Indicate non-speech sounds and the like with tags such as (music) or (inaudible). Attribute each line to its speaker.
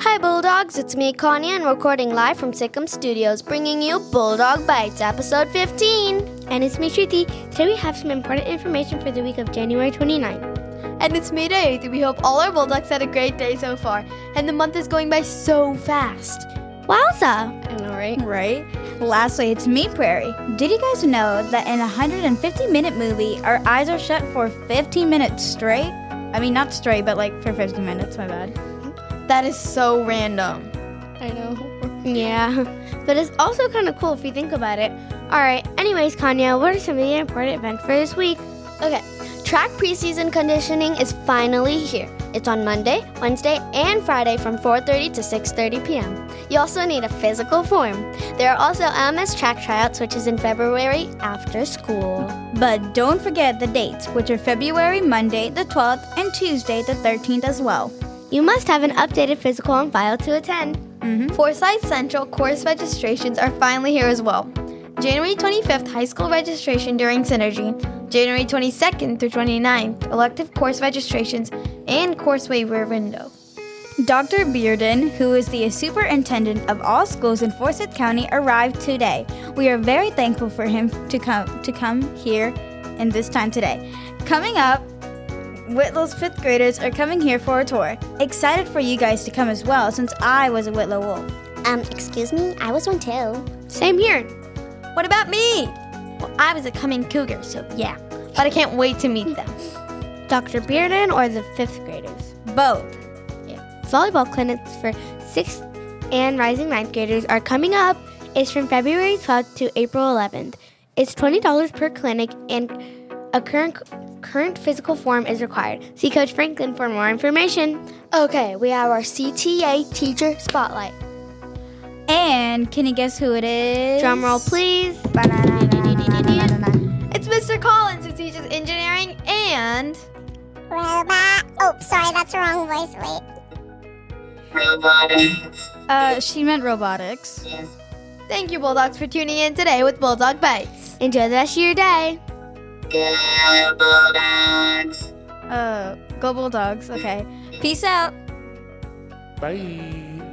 Speaker 1: Hi, Bulldogs. It's me, Connie, and recording live from Sikkim Studios, bringing you Bulldog Bites, episode 15.
Speaker 2: And it's me, Shruti. Today we have some important information for the week of January 29th.
Speaker 3: And it's May Day. We hope all our Bulldogs had a great day so far. And the month is going by so fast.
Speaker 2: Wowza!
Speaker 3: I know, right?
Speaker 4: Right? Lastly, it's me, Prairie. Did you guys know that in a 150 minute movie, our eyes are shut for 15 minutes straight? I mean, not straight, but like for 15 minutes, my bad.
Speaker 3: That is so random.
Speaker 2: I
Speaker 1: (laughs)
Speaker 2: know. yeah. But it's also kind of cool if you think about it. Alright, anyways, Kanya, what are some of the important events for this week?
Speaker 1: Okay, track preseason conditioning is finally here. It's on Monday, Wednesday, and Friday from 4:30 to 6:30 p.m. You also need a physical form. There are also MS track tryouts, which is in February after school.
Speaker 4: But don't forget the dates, which are February, Monday, the 12th, and Tuesday, the 13th, as well.
Speaker 2: You must have an updated physical on file to attend.
Speaker 3: Forsyth Central course registrations are finally here as well. January 25th, high school registration during Synergy. January 22nd through 29th, elective course registrations and course waiver window.
Speaker 4: Dr. Bearden, who is the superintendent of all schools in Forsyth County, arrived today. We are very thankful for him to come to come here and this time today. Coming up, Whitlow's fifth graders are coming here for a tour. Excited for you guys to come as well, since I was a Whitlow Wolf.
Speaker 1: Um, excuse me, I was one too.
Speaker 2: Same here.
Speaker 3: What about me? Well, I was a coming cougar, so yeah. But I can't wait to meet them.
Speaker 2: Dr. Bearden or the fifth graders?
Speaker 4: Both.
Speaker 2: Volleyball clinics for sixth and rising ninth graders are coming up. It's from February 12th to April 11th. It's $20 per clinic and a current current physical form is required. See Coach Franklin for more information.
Speaker 1: Okay, we have our CTA teacher spotlight.
Speaker 4: And can you guess who it is?
Speaker 2: Drum roll, please.
Speaker 3: It's Mr. Collins who teaches engineering and
Speaker 5: Robot. Oh, sorry, that's the wrong voice. Wait.
Speaker 4: Uh, she meant robotics.
Speaker 3: thank you, Bulldogs, for tuning in today with Bulldog Bites.
Speaker 2: Enjoy the rest of your day.
Speaker 4: Uh, Global Dogs. Okay. Peace out.
Speaker 6: Bye.